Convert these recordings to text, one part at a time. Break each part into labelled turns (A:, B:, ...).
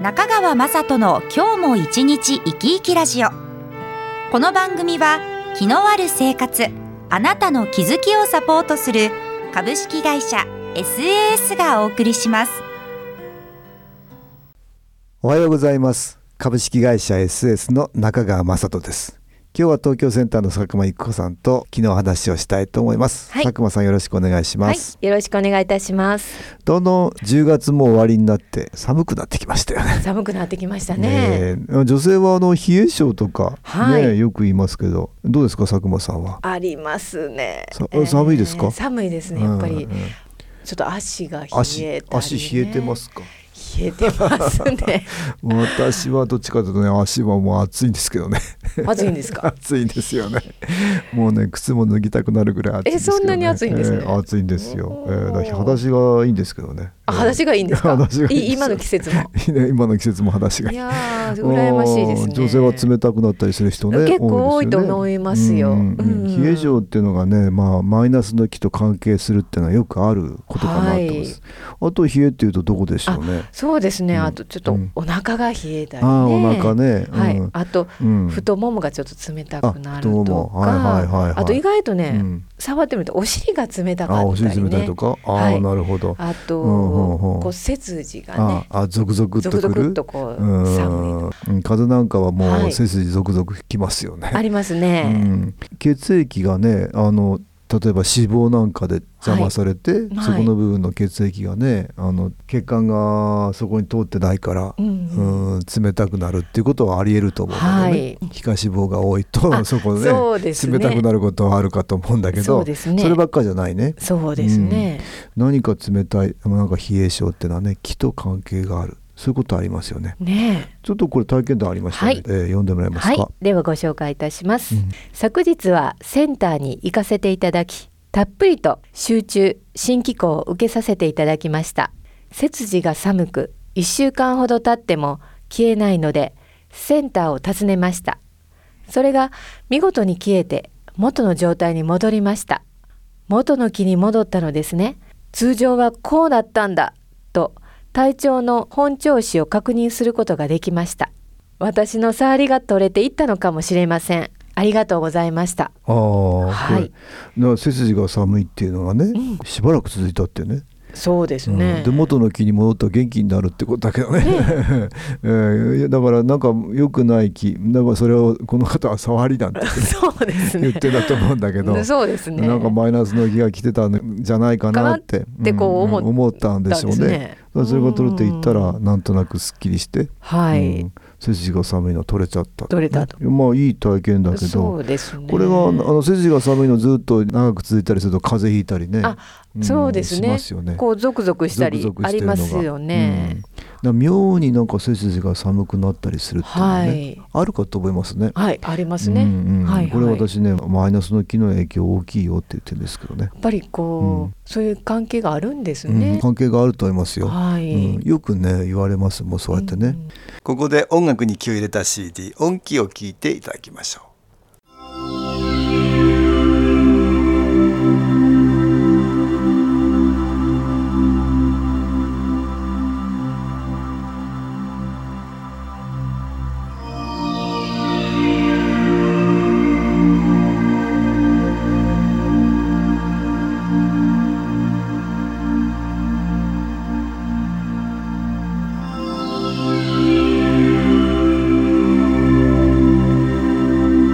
A: 中川雅人の今日も一日生き生きラジオこの番組は気のある生活あなたの気づきをサポートする株式会社 SAS がお送りします
B: おはようございます株式会社 SS の中川雅人です今日は東京センターの佐久間一子さんと昨日話をしたいと思います、
C: はい
B: 佐久間さんよろしくお願いします、
C: はい、よろしくお願いいたします。
B: どんどん10月も終わりになって寒くなってきましたよね。
C: 寒くなってきましたね。
B: え女性はあの冷え性とか、ね
C: はい
B: よく言いますけどどうですか佐久間さんは。
C: ありますね
B: さ。寒いですか
C: 寒いですね。やっぱり、
B: うん
C: ちょっと足が冷
B: 足
C: えたり、ね、
B: 足冷えて ま。すか
C: 冷えてます ね。
B: 私はどっちかというとね足はもう暑いんですけどね
C: 暑いんですか。
B: 暑いんですよねもうね靴も脱ぎたくなるぐらい暑いんですけど、
C: え
B: ね、
C: そんなに暑いんですね
B: えー暑いんですよ、
C: お
B: え
C: ー
B: ー、だから裸足がいいんですけどね
C: あ、裸足がいいんですか。
B: 裸足がいいです
C: い今の季節も。
B: 今の季節も裸足が
C: いやー、羨ましいですね。
B: 女性は冷たくなったりする人ね
C: 結構多いと思いますよ
B: うんう
C: う
B: ん
C: ん
B: 冷え性っていうのがね、まあ、マイナスの気と関係するっていうのはよくあることかなと思います、あと冷えっていうとどこでしょうね
C: そうですね。
B: うん
C: あとちょっとお腹が冷えたりね。
B: ああお腹ね、うん
C: はい。あと。
B: うん
C: 太ももがちょっと冷たくなる
B: あ
C: と
B: 太も
C: か
B: も、はいはいはいはい
C: あと意外とね、
B: うん
C: 触ってみるとお尻が冷たか
B: ああお
C: った
B: 尻
C: り
B: 冷たい
C: ね
B: とかああ、
C: はい
B: なるほど
C: あと、
B: うんうんうん
C: こう背筋が
B: あ
C: ね
B: あゾクゾクっとくる
C: ゾクゾクっとこう
B: うん
C: 寒
B: うん風邪なんかはも
C: は
B: う
C: い
B: 背筋ゾクゾクきますよね、
C: あります
B: う
C: ね、
B: ん、血液がねあの例えば脂肪なんかで邪魔されて、
C: はい
B: そこの部分の血液がねあの血管がそこに通ってないから、
C: うん
B: うん冷たくなるっていうことはあり得ると思うのでね、
C: はい
B: 皮下脂肪が多いと
C: あ
B: そこね
C: そうですね
B: 冷たくなることはあるかと思うんだけど
C: そうですね
B: ればっかじゃないね
C: そうですね、
B: 何か冷たいなんか冷え性ってのはね気と関係があるそういうことありますよね
C: ね
B: ちょっとこれ体験談ありましたね、
C: はい
B: えー読んでもらえ
C: え
B: ます
C: は
B: か、
C: いではご紹介いたします、
B: うん
C: 昨日はセンターに行かせていただきたっぷりと集中新機構を受けさせていただきました背筋が寒く1週間ほど経っても消えないのでセンターを訪ねましたそれが見事に消えて元の状態に戻りました元の木に戻ったのですね通常はこうだったんだと体調の本調子を確認することができました私の触りが取れていったのかもしれませんありがとうございました
B: ああ、
C: はい
B: これだから背筋が寒いっていうのがね、
C: ん
B: しばらく続いたっていうね、
C: そうです
B: うんで元の木に戻ったら元気になるってことだけどね えーいやだからなんか良くない木だからそれをこの方は触りなん て
C: そうです
B: 言
C: ね
B: ってたと思うんだけど、
C: そうですね
B: なんかマイナスの気が来てたんじゃないかなって
C: かなってこう思ったん
B: 思ったんでしょうね。
C: ですね
B: だからそれが取れていったらなんとなくすっきりして、
C: はい、
B: うん背筋が寒いのは取れちゃった
C: 取れたと
B: まあいい体験だけ
C: そ
B: ど
C: うですね
B: これがあの背筋が寒いのずっと長く続いたりすると風邪ひいたりね
C: あ
B: うん
C: そうですね
B: しますよね
C: こうゾクゾクしたり
B: ゾクゾク
C: あ
B: して
C: り
B: るの
C: ま
B: が
C: すよね、
B: うんだから妙になんか背筋が寒くなったりするっていうのはね、
C: はい
B: あるかと思いますね。
C: はいありますね、
B: うんうん
C: はい、はい、
B: これ私ねマイナスの気の影響大きいよって言ってるんですけどね。
C: やっぱりこう、
B: うん
C: そういう関係があるんです
B: うん
C: ね。
B: 関係があると思いますよ。
C: はい、
B: うんよくね言われますもうそうやってね。
C: うん
D: ここで音楽に気を入れた CD 音気を聞いていただきましょう
E: 「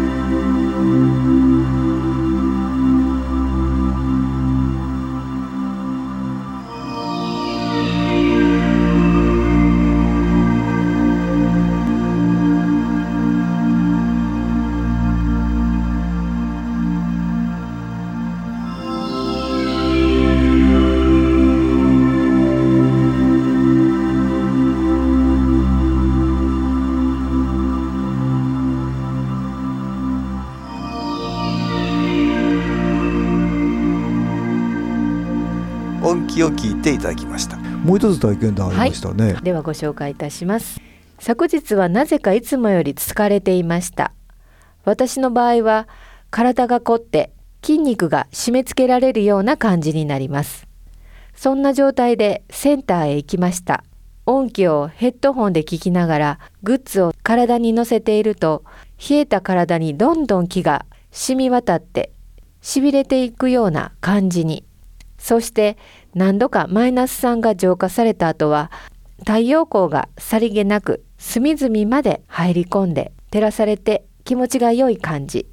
D: 気を聞いていただきました
B: もう一つ体験談ありましたね、
C: ではご紹介いたします昨日はなぜかいつもより疲れていました私の場合は体が凝って筋肉が締め付けられるような感じになりますそんな状態でセンターへ行きました音機をヘッドホンで聞きながらグッズを体に乗せていると冷えた体にどんどん気が染み渡ってしびれていくような感じにそして何度かマイナス酸が浄化された後は太陽光がさりげなく隅々まで入り込んで照らされて気持ちが良い感じ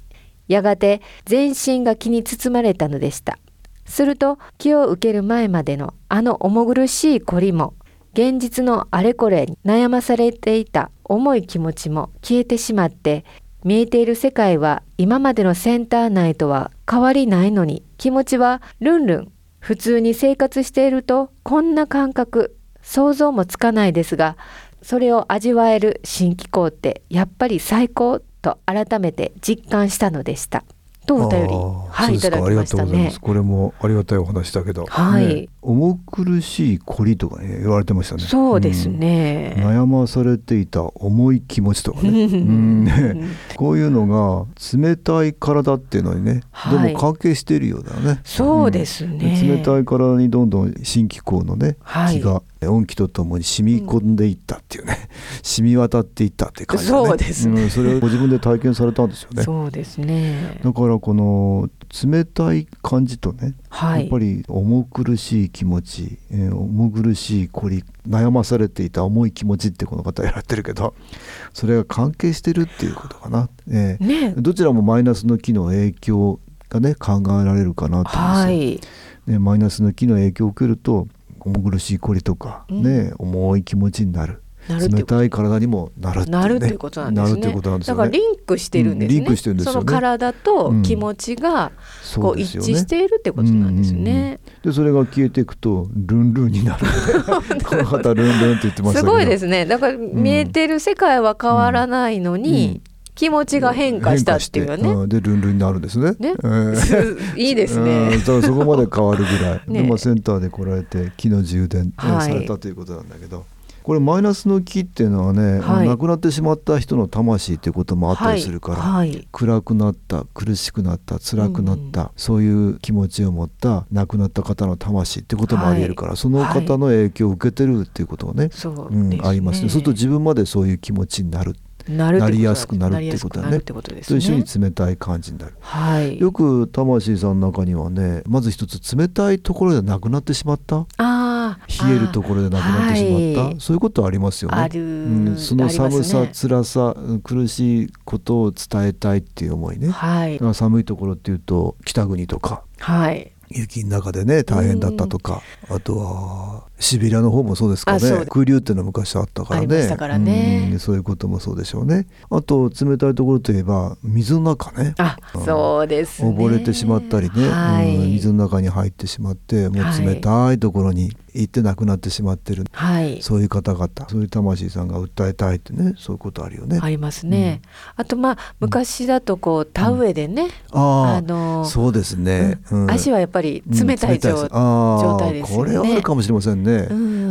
C: やがて全身が気に包まれたのでしたすると気を受ける前までのあの重苦しい凝りも現実のあれこれに悩まされていた重い気持ちも消えてしまって見えている世界は今までのセンター内とは変わりないのに気持ちはルンルン普通に生活しているとこんな感覚想像もつかないですがそれを味わえる新機構ってやっぱり最高と改めて実感したのでしたとお便り、
B: あー
C: は
B: そう
C: い、
B: で
C: い
B: す
C: た
B: か
C: だき
B: あり
C: ま
B: が
C: し
B: とう
C: た
B: ございま
C: ね
B: す。これもありがたいお話だけど、
C: はい
B: ね重苦しい凝りとかね言われてましたね。
C: そうですね、
B: うん悩まされていた重い気持ちとか ねうんねこういうのが冷たい体っていうのにね、
C: はい
B: どうも関係してるようだよね。
C: そうですね、
B: 冷たい体にどんどん新機構のね、
C: はい
B: 気が音気とともに染み込んでいったっていうね、 染み渡っていったっていう感じだね
C: そうですね
B: んそれをご自分で体験されたんですよね
C: そうですね
B: だからこの冷たい感じとね、
C: は
B: やっぱ
C: い
B: り重苦しい気持ち、えー重苦しいこり悩まされていた重い気持ちってこの方やられてるけどそれが関係してるっていうことかな、えー
C: ね
B: どちらもマイナスの気の影響がね考えられるかなと思うんですよ、
C: はい
B: ね、マイナスの気の影響を受けると重苦しいこりとか、
C: うん
B: ね重い気持ちになる
C: なるって
B: 冷
C: こと
B: たい体にもなるっていう,、ね、
C: なるっていうことなんです
B: なるって
C: ね
B: いうことなんです
C: だ
B: よ
C: から
B: ね
C: リンクしてるんですね、
B: うんリンクしてるんですよね
C: その体と気持ちがこ
B: そう
C: う
B: で
C: 一
B: すよ
C: 致
B: ね
C: しているってことなんですね、
B: でそれが消えていくとルンルンに なるこの方ルンルンって言ってましたけど
C: すごいですねだから見えてる世界は変わらないのに、
B: うん
C: 気持ちが変化したっていう
B: 変化して
C: ね、
B: んでルンルンになるんですね
C: ね
B: え ー
C: いいです
B: う
C: ね
B: ん、そうそこまで変わるぐらい、
C: ね
B: でまあセンターで来られて木の充電、えー
C: はい
B: されたということなんだけどこれマイナスの木っていうのはね、
C: はい
B: 亡くなってしまった人の魂っていうこともあったりするから、
C: はいはい
B: 暗くなった苦しくなった辛くなった、そういう気持ちを持った亡くなった方の魂ってこともありえるから、その方の影響を受けてるっていうことがね、
C: そうです
B: う
C: ね、
B: ん、ありますね。そうすると自分までそういう気持ちになる
C: なるってこと
B: なりやすくなるっていうことだ
C: な
B: ね
C: りやすくなるってことです
B: と
C: ね
B: 一緒に冷たい感じになる。
C: はい
B: よく魂さんの中にはねまず一つ冷たいところでなくなってしまった
C: あー
B: 冷えるところでなくなってしまった、
C: はい
B: そういうことありますよね。
C: ある
B: うん、その寒さ、
C: あります
B: 辛さうん苦しいことを伝えたいっていう思いね、
C: ね、はい
B: だから寒いところっていうと北国とか
C: はい
B: 雪の中でね大変だったとか、あとはシベリアの方もそうですか
C: あそう
B: ね空流っていうのは昔あったか
C: あ
B: ら
C: りま
B: ね
C: したからね
B: うんそういうこともそうでしょうねあと冷たいところといえば水の中ね
C: あ
B: うん
C: そうですね
B: 溺れてしまったりね、
C: はい
B: うん水の中に入ってしまってもう冷たいところに行って亡くなってしまってる、
C: はい
B: そういう方々そういう魂さんが訴えたいってねそういうことあるよね。
C: ありますね、あとまあ昔だとこう田植えでね、
B: あ
C: あの
B: あそうですね、
C: うん足
B: は
C: はやっぱり冷たい状,、
B: 状
C: 態ですよね
B: これはあるかもしれませんね。
C: うん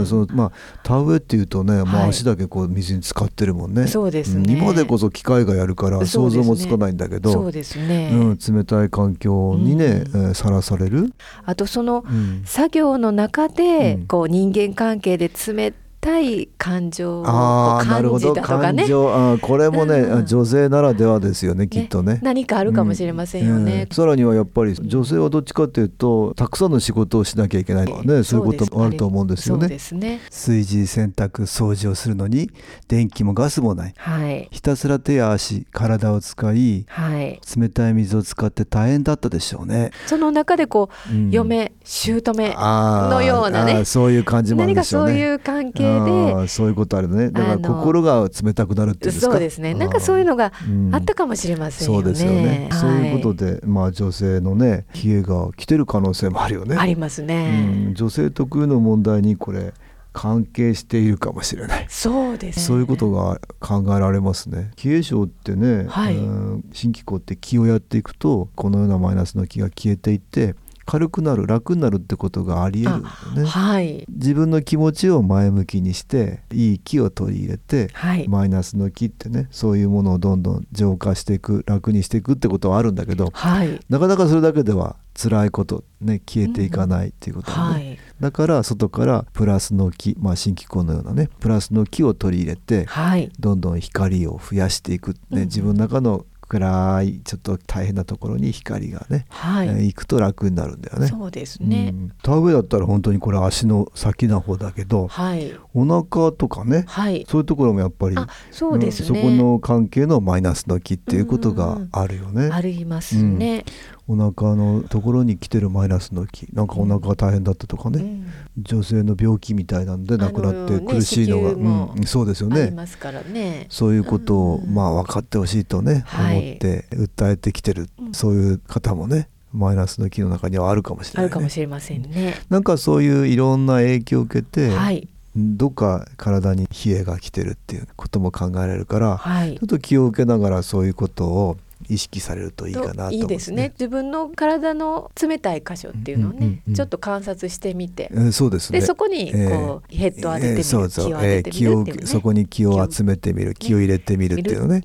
B: うん、そのまあ田植えっていうとね、ま
C: は
B: あ
C: い
B: 足だけこう水に浸かってるもんね。
C: そうですね
B: ん今でこそ機械がやるから
C: そうで
B: 想
C: すね
B: 像もつかないんだけど、
C: そうですね、
B: うん、冷たい環境にね
C: う
B: えーさら、される。
C: あとその
B: うん
C: 作業の中で、
B: うん
C: こう人間関係で冷たい感情をこう
B: ああなる
C: 感
B: ほ
C: じ
B: ど
C: たとかね
B: 感情あーこれもね、
C: うん
B: あ女性ならではですよねきっとね。
C: 何かあるかもしれませんよね、
B: うんさらにはやっぱり女性はどっちかっていうとたくさんの仕事をしなきゃいけないとかねそういうこともあると思うんですよ
C: そう
B: ね
C: で。すね
B: 炊事洗濯掃除をするのに電気もガスもない
C: はい
B: ひたすら手や足体を使い
C: はい
B: 冷たい水を使って大変だったでしょうね。
C: その中でこう、
B: うん
C: 嫁姑
B: あー
C: のようなね
B: あーそういう感じもある
C: 何
B: で
C: か
B: しょ
C: そうう
B: ね。
C: いう関係で
B: あーそういうことあるねだか
C: あ
B: ら
C: の
B: 心が冷たくなるっていうんですか
C: そうですね。なんかそういうのがあったかもしれません
B: そ
C: よね。
B: うですよね、
C: は
B: そういうことでまあ女性のね冷えが来てる可能性もあるよね
C: ありますね。
B: うん、女性特有の問題にこれ関係しているかもしれない
C: そうですね。
B: そういうことが考えられますね。冷え性ってね、
C: はい
B: うん新気候って気をやっていくとこのようなマイナスの気が消えていって軽くなる楽になるってことがあり得るんだよね。
C: はい
B: 自分の気持ちを前向きにしていい気を取り入れて、
C: はい
B: マイナスの気ってねそういうものをどんどん浄化していく楽にしていくってことはあるんだけど
C: はい
B: なかなかそれだけでは辛いことね消えていかないっていうことね、
C: はい
B: だから外からプラスの気、まあ、新機構のようなねプラスの気を取り入れて
C: はい
B: どんどん光を増やしていく、ね、自分の中の暗いちょっと大変なところに光がね、
C: はい、
B: えーいくと楽になるんだよね。
C: そうですね、
B: うん、田植えだったら本当にこれ足の先の方だけど
C: はい
B: お腹とかね
C: はい
B: そういうところもやっぱり
C: あそうですね、
B: んそこの関係のマイナスの気っていうことがあるよね。
C: ありますね、
B: お腹のところに来てるマイナスの気なんかお腹が大変だったとか
C: う
B: ね、
C: ん
B: 女性の病気みたいなんで亡くなって
C: あのね
B: 苦しいのが、
C: 子宮も
B: うん、そうですよ
C: あり
B: ね。
C: ますからね
B: そういうことを、
C: うん
B: まあ分かってほしいとね、
C: はい
B: 思って訴えてきてる、そういう方もねマイナスの気の中にはあるかもしれ
C: あ
B: ない、ね。
C: るかもしれませんね、
B: なんかそういういろんな影響を受けて、
C: はい
B: どっか体に冷えが来てるっていうことも考えられるから、
C: はい
B: ちょっと気を受けながらそういうことを意識されるといいかなと思うん
C: いいですね。自分の体の冷たい箇所っていうのをね、
B: うんうんうん
C: ちょっと観察してみて、
B: うん、そうですね。
C: でそこにこう、ヘッドを当ててみる、
B: えーそうそう
C: 気を当ててみるっていう
B: えー
C: ね
B: 気をそこに気を集めてみる気を入れてみるっていうのね、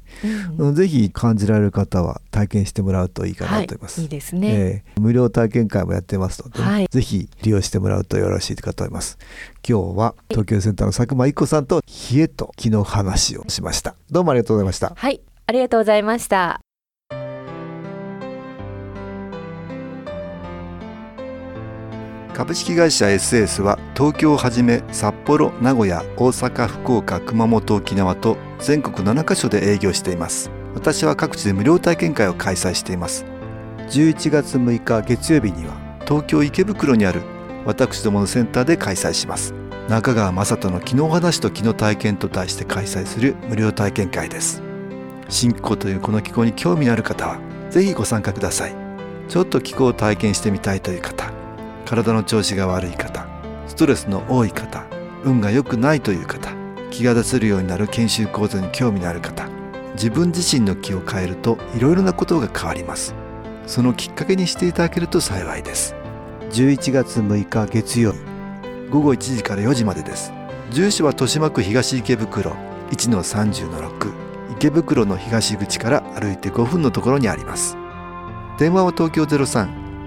C: うん
B: うんぜひ感じられる方は体験してもらうといいかなと思います、
C: はい、いいですね、
B: えー無料体験会もやってますのでね、
C: はい
B: ぜひ利用してもらうとよろしいかと思います今日は東京センターの佐久間一子さんと冷えと気の話をしましたどうもありがとうございました
C: はい、ありがとうございました。
B: 株式会社 SS は東京をはじめ札幌名古屋大阪福岡熊本沖縄と全国7カ所で営業しています私は各地で無料体験会を開催しています11月6日月曜日には東京池袋にある私どものセンターで開催します中川雅人の昨日話と昨日体験と題して開催する無料体験会です新気候というこの気候に興味のある方はぜひご参加くださいちょっと気候を体験してみたいという方体の調子が悪い方ストレスの多い方運が良くないという方気が出せるようになる研修講座に興味のある方自分自身の気を変えるといろいろなことが変わりますそのきっかけにしていただけると幸いです11月6日月曜日午後1時から4時までです住所は豊島区東池袋1-30-6池袋の東口から歩いて5分のところにあります電話は東京03